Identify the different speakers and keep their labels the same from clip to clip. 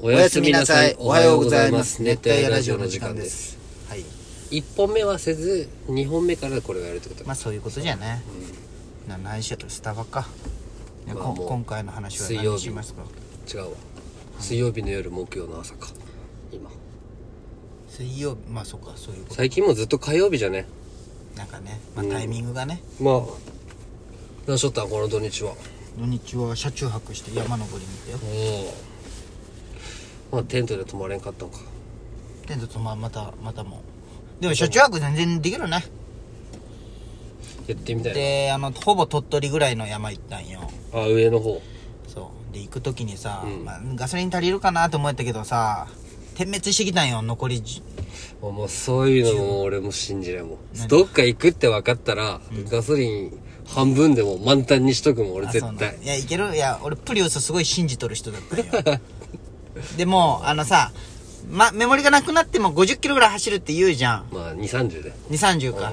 Speaker 1: お
Speaker 2: おやすみなさい。おはようございます。熱
Speaker 1: 帯
Speaker 2: 帯夜
Speaker 1: 夜
Speaker 2: ラジオの時間です。はい。
Speaker 1: 1本目はせず2本目からこれをやるってこと
Speaker 2: まあそういうことじゃね。な何しやったらスタバか。ね
Speaker 1: まあ
Speaker 2: こん
Speaker 1: もう
Speaker 2: 今回の話は
Speaker 1: 水曜
Speaker 2: 何
Speaker 1: 日
Speaker 2: しますか
Speaker 1: 違うわ水曜日の夜木曜の朝か今
Speaker 2: 水曜日、まあそうか、そういうこと。
Speaker 1: 最近もずっと火曜日じゃね
Speaker 2: なんかね、まあ
Speaker 1: うん
Speaker 2: タイミングがね。
Speaker 1: まあ何しとったんこの土日は
Speaker 2: 土日は車中泊して山登りに行ったよ
Speaker 1: お。おまあテントで泊まれんかったんか
Speaker 2: テントとまあまた、またもう。でも車中泊全然できるね。
Speaker 1: やってみたいな
Speaker 2: で、あの、ほぼ鳥取ぐらいの山行ったんよ。
Speaker 1: あ上の方
Speaker 2: そう。で、行く時にさ、
Speaker 1: うん
Speaker 2: まあガソリン足りるかなと思ったけどさ、点滅してきたんよ、残りじ
Speaker 1: もうもうそういうのも俺も信じれんもんどっか行くって分かったら、ガソリン半分でも満タンにしとくもん俺
Speaker 2: あ
Speaker 1: 絶
Speaker 2: そうな
Speaker 1: 対
Speaker 2: んいやいけるいや俺プリウスすごい信じとる人だったんよ でもあのさ、ま、メモリがなくなっても5 0キロぐらい走るって言うじゃん
Speaker 1: まあ2 3 0で
Speaker 2: 230か、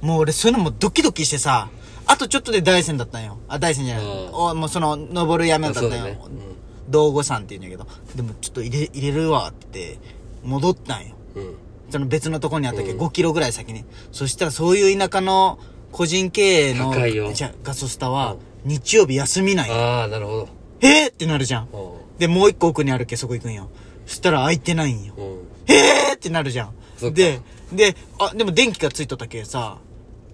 Speaker 2: もう俺そういうのもドキドキしてさあとちょっとで大山だったんよあ大山じゃない、
Speaker 1: うん
Speaker 2: おもうその登る山だったんよ、
Speaker 1: あそうだねうん
Speaker 2: 道後山って言うんだけどでもちょっと入れ入れるわって戻ったんよ
Speaker 1: うん
Speaker 2: その別のとこにあったっけ、5キロぐらい先に。そしたらそういう田舎の個人経営の
Speaker 1: 高いよ
Speaker 2: じゃガソスタは日曜日休みない。
Speaker 1: ああなるほ
Speaker 2: えー、ってなるじゃん。
Speaker 1: ど
Speaker 2: で、もう一個奥にあるっけ、そこ行くんよ。そしたら空いてないんよ。
Speaker 1: うん、うん、
Speaker 2: えーってなるじゃ
Speaker 1: そっ
Speaker 2: ん。
Speaker 1: か
Speaker 2: で、で、あ、でも電気がついとったけさ、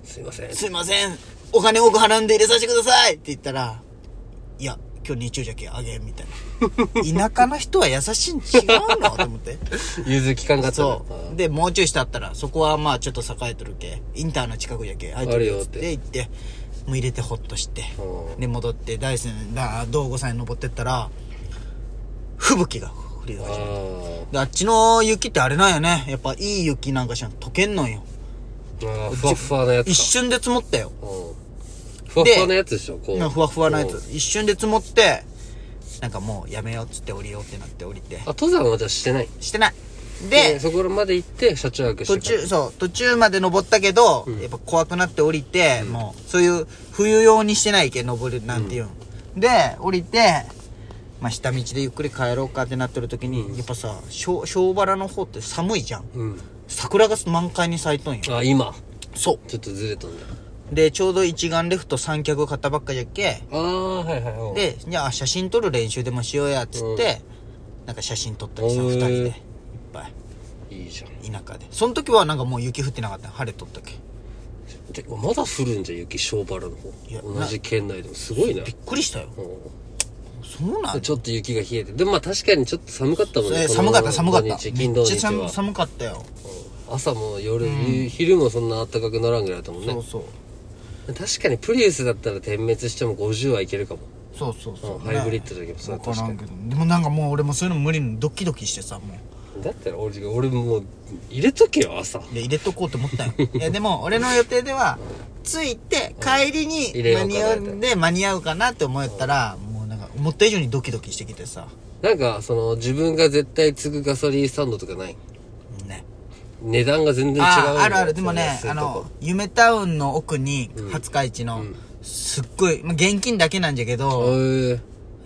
Speaker 1: すいません
Speaker 2: すいません、お金多く払うんで入れさせてくださいって言ったら、いや、今日日曜じゃけあげん、みたい な。田舎の人は優しいん違うのと思って。
Speaker 1: 融通期間があったな
Speaker 2: そう。で、もうちょい下あったら、そこはまあちょっと栄えとるけ。インターの近くやけ。あ
Speaker 1: るよっ
Speaker 2: ってて行って、もう入れてホッとして
Speaker 1: う。ん
Speaker 2: で、戻って、大山、だ、道後山に登ってったら、吹雪が降り
Speaker 1: あ
Speaker 2: 始める。
Speaker 1: ー
Speaker 2: で、あっちの雪ってあれなんよね。やっぱいい雪なんかしらん溶けんのんよ。
Speaker 1: あーふわっふわなやつか
Speaker 2: 一瞬で積もったよ。
Speaker 1: うんふわっふわなやつでしょこう
Speaker 2: 今ふわふわなやつ。一瞬で積もって、なんかもうやめようっつって降りようってなって降りて
Speaker 1: あ。登山はじゃあしてない
Speaker 2: してない。で
Speaker 1: で、そこまで行って車中泊して
Speaker 2: 途中そう途中まで登ったけど、やっぱ怖くなって降りて、もうそういう冬用にしてないけ登るなんていうん、で降りて、まあ、下道でゆっくり帰ろうかってなってる時に、やっぱさ小小原の方って寒いじゃん
Speaker 1: うん
Speaker 2: 桜が満開に咲いとんよ
Speaker 1: あ今
Speaker 2: そ
Speaker 1: ちょっとずれたんだ
Speaker 2: うでちょうど一眼レフと三脚買ったばっかじゃっけ
Speaker 1: ああはいはいはい
Speaker 2: でじゃあ写真撮る練習でもしようやっつって、なんか写真撮ったり
Speaker 1: へ
Speaker 2: さ
Speaker 1: ー
Speaker 2: 二人でいっぱい
Speaker 1: いいじゃん
Speaker 2: 田舎でその時はなんかもう雪降ってなかった晴れとったっけ
Speaker 1: てかまだ降るんじゃん雪小原の方
Speaker 2: いや
Speaker 1: 同じ県内でもすごいな
Speaker 2: びっくりしたよ
Speaker 1: うん
Speaker 2: そうなん
Speaker 1: ちょっと雪が冷えてでもまあ確かにちょっと寒かったもん
Speaker 2: え
Speaker 1: ね
Speaker 2: ー寒かった
Speaker 1: こ
Speaker 2: 寒
Speaker 1: の
Speaker 2: かった
Speaker 1: 土日
Speaker 2: め
Speaker 1: 金
Speaker 2: っ
Speaker 1: 土
Speaker 2: ちゃ
Speaker 1: 日
Speaker 2: 寒
Speaker 1: は
Speaker 2: 寒かったよ、
Speaker 1: うん朝も夜昼もそんな暖かくならんぐらいだったもんね
Speaker 2: そうそう
Speaker 1: 確かにプリウスだったら点滅しても50はいけるかも
Speaker 2: そうそうそう、
Speaker 1: うんハイブリッドだけどそれ
Speaker 2: 分
Speaker 1: は確
Speaker 2: か
Speaker 1: からに
Speaker 2: んけどでもなんかもう俺もそういうの無理にドキドキしてさも
Speaker 1: だったら俺俺もう入れとけよ朝
Speaker 2: ういや入れとこうと思った よいやでも俺の予定では着いて帰りに
Speaker 1: 入れよ
Speaker 2: 間
Speaker 1: うか
Speaker 2: に
Speaker 1: な
Speaker 2: 合うんで間に合うかなって思ったら、もうなんか思った以上にドキドキしてきてさ
Speaker 1: なんかその自分が絶対継ぐガソリンスタンドとかない
Speaker 2: ね
Speaker 1: 値段が全然違う
Speaker 2: あ
Speaker 1: んだよ
Speaker 2: あるあるでもね
Speaker 1: そ
Speaker 2: あ
Speaker 1: 安いとこ
Speaker 2: の夢タウンの奥に廿日市の、
Speaker 1: うん
Speaker 2: すっごい、まあ、現金だけなんじゃけ
Speaker 1: お
Speaker 2: ど、
Speaker 1: ー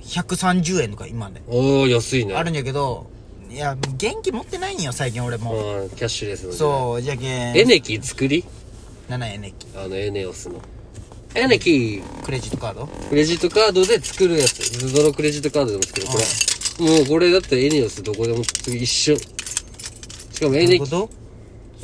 Speaker 2: 130円とか今ね
Speaker 1: おー安いね
Speaker 2: あるんやけど、いや、元気持ってないんよ、最近俺も。
Speaker 1: うんキャッシュレスの時代
Speaker 2: そう、じゃけん。
Speaker 1: エネキ作り
Speaker 2: 7円ね。
Speaker 1: あのエネオスのエネキ
Speaker 2: クレジットカード
Speaker 1: クレジットカードで作るやつどのクレジットカードでも作るこれもうこれだってエネオスどこでも一瞬しかもエ
Speaker 2: どうい
Speaker 1: ネ
Speaker 2: うこ
Speaker 1: キ
Speaker 2: と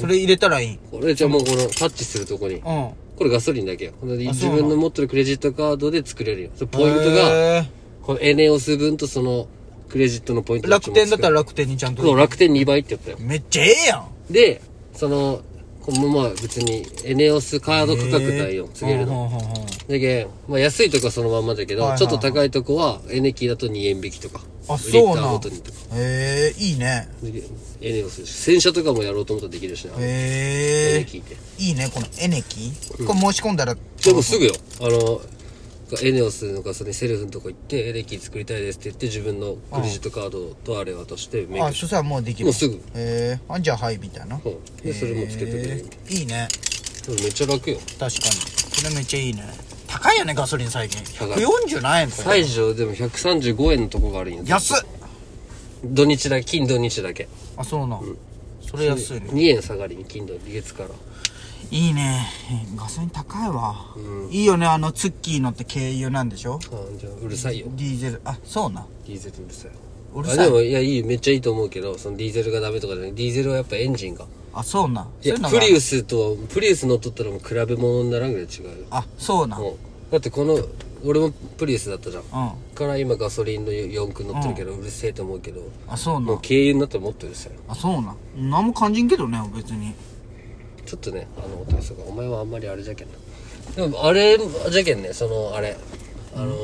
Speaker 2: それ入れたらいい。
Speaker 1: これじゃもうこのタッチするとこに
Speaker 2: うん。
Speaker 1: これガソリンだけよ。で
Speaker 2: あ
Speaker 1: 自
Speaker 2: そうなの
Speaker 1: 分の持ってるクレジットカードで作れるよ。そのポイントが、
Speaker 2: へー。
Speaker 1: このエネオス分とそのクレジットのポイント
Speaker 2: 楽天だった
Speaker 1: ら。
Speaker 2: ら楽天にちゃん
Speaker 1: そう、
Speaker 2: と。
Speaker 1: 楽天2倍ってやったよ。
Speaker 2: めっちゃええやん。
Speaker 1: で、その、このまあ別にエネオスカード価格だよ、告げるの。
Speaker 2: ほんほんほんほん
Speaker 1: だけんまあ安いとこはそのまんまだけど、
Speaker 2: はいはいはい
Speaker 1: ちょっと高いとこはエネキだと2円引きとか。
Speaker 2: あ、そう
Speaker 1: リッター
Speaker 2: な
Speaker 1: ご
Speaker 2: ん
Speaker 1: とにとか。。
Speaker 2: へえ、いいね。
Speaker 1: だけんエネオス、洗車とかもやろうと思ったらできるしな。エ
Speaker 2: へ
Speaker 1: ネ
Speaker 2: え。
Speaker 1: キって。
Speaker 2: いいね、このエネキ。これ申し込んだら。
Speaker 1: でもすぐよ。あの、エネオスのガソリンセルフのとこ行って、エレキ作りたいですって言って、自分のクレジットカードとあれ渡して、メイ
Speaker 2: あ、
Speaker 1: クし
Speaker 2: そしたらもうできる。
Speaker 1: もうすぐ
Speaker 2: へえ。あ、じゃあはい、みたいな。
Speaker 1: そうでそれもつけとけばいい
Speaker 2: へえいいね。
Speaker 1: て。めっちゃ楽よ。
Speaker 2: 確かにこれめっちゃいいね高いよねガソリン最近
Speaker 1: 高い
Speaker 2: 147円とか
Speaker 1: 西条でも135円のとこがあるんや。
Speaker 2: 安っ
Speaker 1: 土日だけ、金土日だけ。
Speaker 2: あそうなん、それ安いね
Speaker 1: 2円下がりに金土月から。
Speaker 2: いいねガソリン高いわ、
Speaker 1: う
Speaker 2: いいよねあのツッキーのって軽油なんでしょ
Speaker 1: あーじゃあうるさいよ。
Speaker 2: ディーゼルあそうな
Speaker 1: ディーゼルうるさい。
Speaker 2: うるさい
Speaker 1: あでも、いや、いい、めっちゃいいと思うけど、そのディーゼルがダメとかじゃない。ディーゼルはやっぱエンジンが。
Speaker 2: あそうない
Speaker 1: や、
Speaker 2: そういうの
Speaker 1: プ
Speaker 2: が
Speaker 1: リウスと、プリウス乗っとったらもう比べ物にならんぐらい違うよ。
Speaker 2: あそうな
Speaker 1: うんだってこの、俺もプリウスだったじゃん。
Speaker 2: うん
Speaker 1: から今ガソリンの四駆乗ってるけど、うるせえと思うけど、
Speaker 2: あそう
Speaker 1: もう
Speaker 2: な
Speaker 1: 軽油になったらもっとうるさい。
Speaker 2: あそうな何も感じんけどね別に
Speaker 1: ちょっとね、あの、大将が、お前はあんまりあれじゃけんな。でも、あれじゃけんね、その、あれ、あの、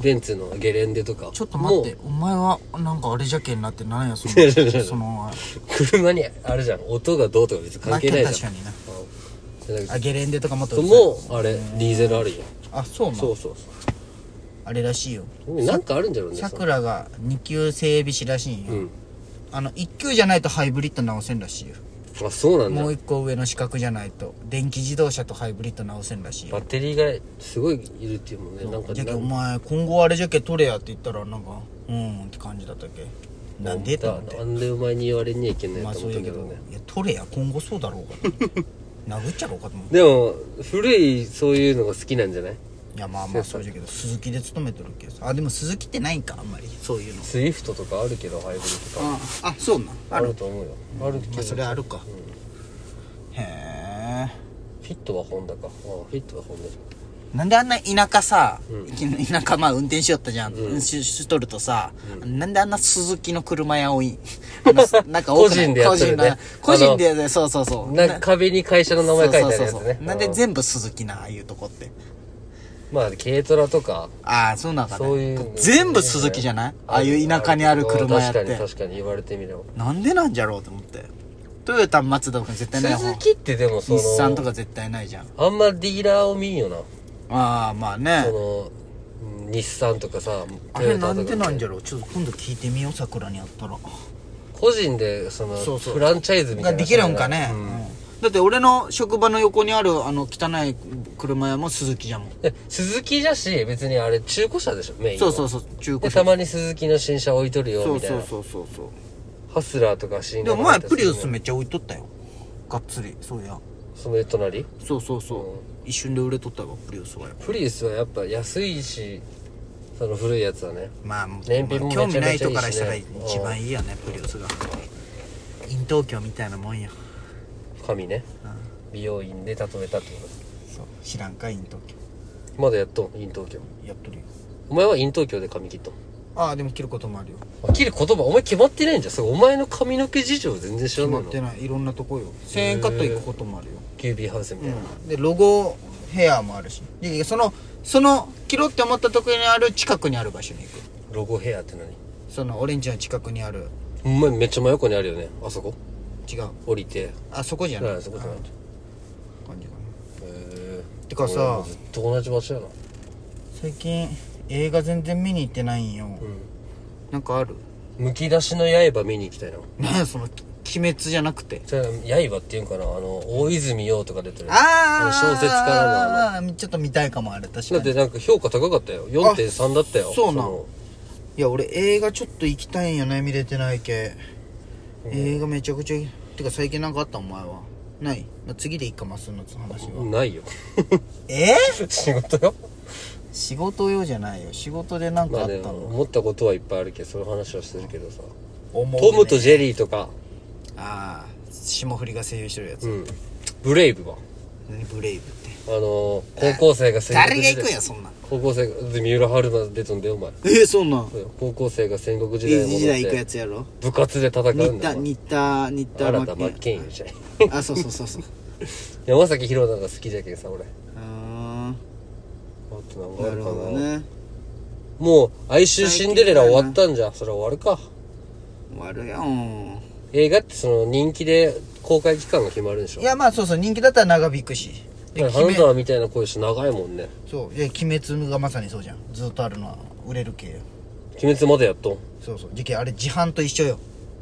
Speaker 1: ベンツのゲレンデとか。
Speaker 2: ちょっと待って
Speaker 1: も
Speaker 2: お前はなんかあれじゃけんなってなんやそ
Speaker 1: 違う違う違
Speaker 2: の
Speaker 1: う
Speaker 2: その
Speaker 1: う車に、あれじゃん、音がどうとか別に関係ないじゃん。
Speaker 2: まあ
Speaker 1: うんでなん
Speaker 2: あ
Speaker 1: か
Speaker 2: ゲレンデとかもっとうるさい
Speaker 1: もう、あれ、ディーゼルあるよ。
Speaker 2: あそうな
Speaker 1: そうそう
Speaker 2: あれらしいよ
Speaker 1: そう。なんかあるんじゃろうね。
Speaker 2: さくらが2級整備士らしいんよ、
Speaker 1: そのうん。
Speaker 2: あの1級じゃないとハイブリッド直せんらしいよ
Speaker 1: あ、そうなん
Speaker 2: もう
Speaker 1: だ。
Speaker 2: 1個上の資格じゃないと電気自動車とハイブリッド直せんらしいよ
Speaker 1: バッテリーがすごいいるっていうもんね。なんか、
Speaker 2: じゃけ
Speaker 1: な
Speaker 2: お
Speaker 1: ん
Speaker 2: 前今後あれじゃけ取れやって言ったらなんかうんって感じだったっけなんでって思
Speaker 1: だ
Speaker 2: って
Speaker 1: なんでお前に言われにはいけない
Speaker 2: まあ
Speaker 1: と
Speaker 2: そう
Speaker 1: 思っ
Speaker 2: や
Speaker 1: たけ
Speaker 2: けど
Speaker 1: どね。
Speaker 2: いや取れや今後そうだろうか と殴っちゃろうかと思う
Speaker 1: でも、古いそういうのが好きなんじゃない
Speaker 2: いやまあまあそうじゃけど鈴木で勤めてるけどさあでも鈴木ってないんかあんまりそういうの
Speaker 1: スイフトとかあるけど、ハイブリッドとか。
Speaker 2: ああそうなん
Speaker 1: あると思うよ。あるけ
Speaker 2: まあそ
Speaker 1: ど、
Speaker 2: れあるか、へえ
Speaker 1: フィットはホンダか。ああフィットはホンダじ
Speaker 2: なんであんな田舎さ、
Speaker 1: うん
Speaker 2: 田舎まあ運転しよったじゃん、ししとるとさ、なんであんな鈴木の車屋多い あのなんか多くない
Speaker 1: 個人でやってるね
Speaker 2: 個人の個人でねそうそうそ
Speaker 1: ゃ。
Speaker 2: うん
Speaker 1: なんか壁に会社の名前書いてあるやつ
Speaker 2: そうそうそう
Speaker 1: ね
Speaker 2: そう。なんで
Speaker 1: うん
Speaker 2: 全部鈴木なああいうとこって
Speaker 1: まあ、軽トラとか、
Speaker 2: ああそうなんかね
Speaker 1: そういうの
Speaker 2: 全部鈴木じゃないああいう田舎にある車屋っ
Speaker 1: 確かに
Speaker 2: て
Speaker 1: 確かに言われてみれば。
Speaker 2: なんでなんじゃろうと思ってトヨタ松田とか絶対ない方
Speaker 1: 鈴木ってでもそ
Speaker 2: 日産と
Speaker 1: の、
Speaker 2: か絶対ないじゃん
Speaker 1: あんまディーラーを見んよな。
Speaker 2: ああまあね
Speaker 1: その、うん日産とかさ、
Speaker 2: あ
Speaker 1: ト
Speaker 2: れ
Speaker 1: ヨタと
Speaker 2: な
Speaker 1: かみ
Speaker 2: ん
Speaker 1: た
Speaker 2: で
Speaker 1: いな
Speaker 2: なんじゃろうちょっと今度聞いてみよう桜にあったら
Speaker 1: 個人で、その、
Speaker 2: そうそう
Speaker 1: フランチャイズみた
Speaker 2: が
Speaker 1: いな。
Speaker 2: できるんかね、
Speaker 1: うん
Speaker 2: うんだって俺の職場の横にあるあの汚い車屋も鈴木じゃもん
Speaker 1: で鈴木じゃし別にあれ中古車でしょメイン
Speaker 2: そ
Speaker 1: は
Speaker 2: うそうそう
Speaker 1: で
Speaker 2: 中古
Speaker 1: た
Speaker 2: 車
Speaker 1: まに鈴木の新車置いとるよ
Speaker 2: そ
Speaker 1: み
Speaker 2: う
Speaker 1: たい
Speaker 2: そ
Speaker 1: な
Speaker 2: うそうそうそう
Speaker 1: ハスラーとか新
Speaker 2: でも
Speaker 1: 型
Speaker 2: 前
Speaker 1: とか
Speaker 2: プリウスめっちゃ置いとったよがっつりそうや
Speaker 1: その隣
Speaker 2: そうそうそう一瞬で売れとったわプリウスはやっぱ
Speaker 1: プリウスはやっぱ安いしその古いやつはね
Speaker 2: まあまあ
Speaker 1: 燃費もめちゃ
Speaker 2: 興
Speaker 1: めち
Speaker 2: 味
Speaker 1: ゃ
Speaker 2: な
Speaker 1: いいしね
Speaker 2: い人からしたら一番いいよねプリウスがイン東京みたいなもんや
Speaker 1: 髪ね
Speaker 2: うん
Speaker 1: 美容院で例えたってこと
Speaker 2: そう知らんかイン東京
Speaker 1: まだやっとんイン東京
Speaker 2: やっとるよ
Speaker 1: お前はイン東京で髪切っとん
Speaker 2: ああでも切ることもあるよ
Speaker 1: あ切る言葉お前決まってないんじゃんそれお前の髪の毛事情全然知らな
Speaker 2: 決ま
Speaker 1: い
Speaker 2: っ
Speaker 1: の
Speaker 2: てないいろんなとこよ1000円カット行くこともあるよ
Speaker 1: キュービーハウスみたいな、
Speaker 2: でロゴヘアもあるしでそのその切ろうって思ったとこにある近くにある場所に行く
Speaker 1: ロゴヘアって何
Speaker 2: そのオレンジの近くにある
Speaker 1: お前めっちゃ真横にあるよねあそこ
Speaker 2: 違う
Speaker 1: 降りて
Speaker 2: あそこじゃない
Speaker 1: あそこじゃない
Speaker 2: あ感じかな
Speaker 1: へえ
Speaker 2: てか
Speaker 1: 俺も
Speaker 2: さ
Speaker 1: ずっと同じ場所やな
Speaker 2: 最近映画全然見に行ってないんよ、なんかある
Speaker 1: むき出しの刃見に行きたいな
Speaker 2: なんやその鬼滅じゃなくて
Speaker 1: それ刃っていうんかなあの大泉洋とか出てる
Speaker 2: ああ
Speaker 1: あの小説家の
Speaker 2: ああちょっと見たいかもあれ確か
Speaker 1: だっ
Speaker 2: に
Speaker 1: てなんか評価高かったよ4.3だったよ
Speaker 2: そうなん
Speaker 1: の
Speaker 2: いや俺映画ちょっと行きたいんよね見れてないけ、映画めちゃくちゃいいてか最近なんかあったお前はない、まあ、次でいいかますの話は、
Speaker 1: ないよ
Speaker 2: えー、
Speaker 1: 仕事よ
Speaker 2: 仕事用じゃないよ仕事でなん
Speaker 1: ま
Speaker 2: かあ
Speaker 1: あ
Speaker 2: った
Speaker 1: ね
Speaker 2: の、
Speaker 1: 思ったことはいっぱいあるけどそういう話はしてるけどさ
Speaker 2: 思うね
Speaker 1: トムとジェリーとか
Speaker 2: ああ霜降りが声優してるやつ、
Speaker 1: うんブレイブは
Speaker 2: 何ブレイブって
Speaker 1: あのー高校生が戦
Speaker 2: 誰
Speaker 1: 国
Speaker 2: が
Speaker 1: 時
Speaker 2: 行くん
Speaker 1: 代
Speaker 2: やそんなん
Speaker 1: 高校生がで三浦春馬出とんだよお前
Speaker 2: えー、そんなん
Speaker 1: 高校生が戦国時代
Speaker 2: 明
Speaker 1: に
Speaker 2: 治時代行く
Speaker 1: 戻っ
Speaker 2: や
Speaker 1: て
Speaker 2: つやろ
Speaker 1: 部活で戦うんだよ
Speaker 2: 新田
Speaker 1: お前
Speaker 2: 新田新田
Speaker 1: 新田真
Speaker 2: 真剣
Speaker 1: 剣佑じゃん
Speaker 2: あそうそうそうそう
Speaker 1: 山崎宏奈が好きじゃけんさ俺あ
Speaker 2: あ
Speaker 1: となんか
Speaker 2: あ
Speaker 1: あ
Speaker 2: な
Speaker 1: る
Speaker 2: る
Speaker 1: かな
Speaker 2: ほどね
Speaker 1: もう哀愁シンデレラ終わったんじゃんそれ終わるか
Speaker 2: 終わるやん
Speaker 1: 映画ってその人気で公開期間が決まるんでしょ
Speaker 2: いやまあそうそう人気だったら長引くしで
Speaker 1: だからハン
Speaker 2: 鬼
Speaker 1: タ
Speaker 2: 滅
Speaker 1: ーみたいな声して長いもんね
Speaker 2: そうで鬼滅がまさにそうじゃんずっとあるのは売れる系よ
Speaker 1: 鬼滅までやっとん
Speaker 2: そうそう時期あれ自販と一緒よ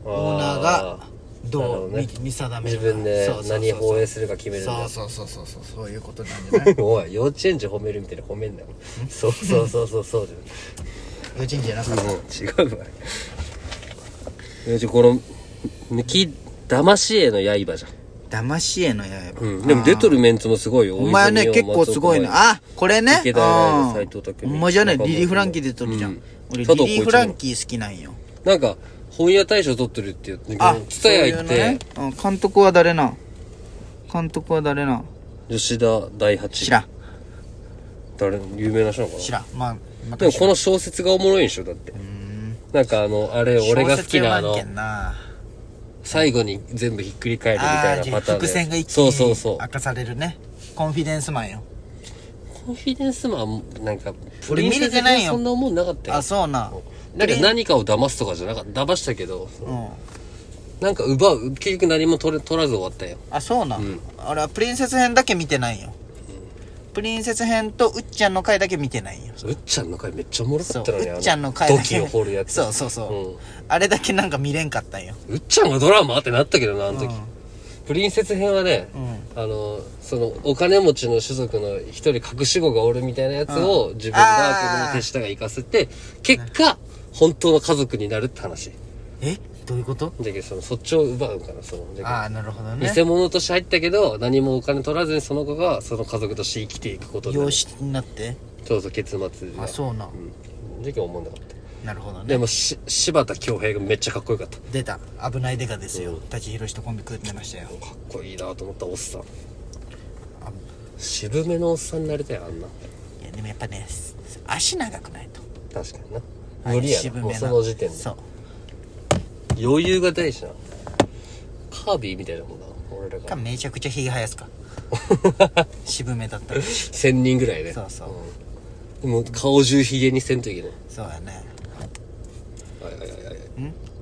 Speaker 1: あー
Speaker 2: オーナーがどう
Speaker 1: なる
Speaker 2: 見
Speaker 1: ほどね
Speaker 2: 見定め
Speaker 1: 自
Speaker 2: るか
Speaker 1: 分で
Speaker 2: そうそうそう
Speaker 1: 何放映するか決めるんだ
Speaker 2: そうそうそうそうそうそういうことなんじゃない
Speaker 1: おい幼稚園児褒めるみたいに褒めんなよそうそうそうそうそうじゃ
Speaker 2: 幼稚園じゃなかっ
Speaker 1: んもう違うわえじゃあこの、き、騙し絵の刃じゃん。
Speaker 2: 騙し絵の刃。
Speaker 1: うん。でも出とるメンツもすごいよ。
Speaker 2: お前ね、結構すごいな。
Speaker 1: あ
Speaker 2: あ、これね。
Speaker 1: 池田屋の
Speaker 2: う
Speaker 1: 斎
Speaker 2: ん
Speaker 1: 藤拓
Speaker 2: お
Speaker 1: 実
Speaker 2: 前じゃね、リリー・フランキーで撮るじゃ
Speaker 1: うんん。
Speaker 2: 俺、
Speaker 1: 佐
Speaker 2: リ
Speaker 1: 藤浩
Speaker 2: リ
Speaker 1: 市も
Speaker 2: ー・フランキー好きなんよ。
Speaker 1: なんか、本屋大賞取ってるって言って、
Speaker 2: あ、
Speaker 1: ツタヤ行っ
Speaker 2: そういう
Speaker 1: て
Speaker 2: のね、うん監督は誰な監督は誰な
Speaker 1: 吉田大八。
Speaker 2: 知らん。
Speaker 1: 誰の有名な人なのかな
Speaker 2: 知らん。まあ、ま
Speaker 1: で
Speaker 2: た
Speaker 1: もこの小説がおもろいんでしょだって。なんかあの、あれ、俺が好きなあ
Speaker 2: 小
Speaker 1: の
Speaker 2: 説読まんけ、んな
Speaker 1: 最後に全部ひっくり返るみ
Speaker 2: あ
Speaker 1: た
Speaker 2: ー
Speaker 1: い
Speaker 2: じ
Speaker 1: な
Speaker 2: ゃあ
Speaker 1: パターンで。
Speaker 2: 伏線が一気
Speaker 1: そうそうそ
Speaker 2: に
Speaker 1: う。
Speaker 2: 明かされるね。コンフィデンスマンよ。
Speaker 1: コンフィデンスマン、なんか、プ
Speaker 2: 俺
Speaker 1: リン
Speaker 2: 見
Speaker 1: セ
Speaker 2: れ
Speaker 1: ス
Speaker 2: てないよ
Speaker 1: そんな思んなかったよ
Speaker 2: あ、。そうな。
Speaker 1: なんか何かを騙すとかじゃなかった。騙したけど、
Speaker 2: うん。
Speaker 1: なんか奪う、結局何も取れ取らず終わったよ。
Speaker 2: あ、そうなん。俺はプリンセス編だけ見てないよ。プリンセス編とうっちゃんの回だけ見てないよ。
Speaker 1: うっちゃんの回めっちゃおもろか
Speaker 2: そう、
Speaker 1: ったのに
Speaker 2: う
Speaker 1: あ
Speaker 2: っちゃんの回だ
Speaker 1: 土器
Speaker 2: け。
Speaker 1: を掘るやつ。
Speaker 2: そうそうそうう。あれだけなんか見れんかったんよ。
Speaker 1: うっちゃんがドラマってなったけどな、あの時。プリンセス編はね、あの、その、お金持ちの種族の一人隠し子がおるみたいなやつを、自分が
Speaker 2: あ
Speaker 1: こ
Speaker 2: ー
Speaker 1: の手下が行かせて、結果、本当の家族になるって話。
Speaker 2: えどういうこと
Speaker 1: じゃけど、その、そっちを奪うんかな、その、じゃけど
Speaker 2: ああ、なるほどね。
Speaker 1: 偽物として入ったけど、何もお金取らずにその子が、その家族として生きていくことにな
Speaker 2: 養
Speaker 1: る。
Speaker 2: 子になって。
Speaker 1: そうそう、結末が。
Speaker 2: あ、そうなん。
Speaker 1: うん。じゃけど思うんなかった。
Speaker 2: なるほどね。
Speaker 1: でも、し、柴田恭平がめっちゃかっこよかった。
Speaker 2: 出た。危ないデカですよ。舘ひろしとコンビ組んでましたよ。
Speaker 1: かっこいいなと思ったおっさん
Speaker 2: あ
Speaker 1: 渋めのおっさんになりたいあんない
Speaker 2: や、でもやっぱね、足長くないと。
Speaker 1: 確かにな無理や
Speaker 2: 渋
Speaker 1: な
Speaker 2: め
Speaker 1: もう
Speaker 2: な
Speaker 1: その時点で
Speaker 2: そう。
Speaker 1: 余裕が大事なカービィみたいなもんな俺ら
Speaker 2: か
Speaker 1: が
Speaker 2: めちゃくちゃひげ生 やすか渋めだったらそ
Speaker 1: 1000人ぐらいね
Speaker 2: うそう、
Speaker 1: でも顔中ヒゲにせんといけない
Speaker 2: そうやね
Speaker 1: はいはいはいはい
Speaker 2: ん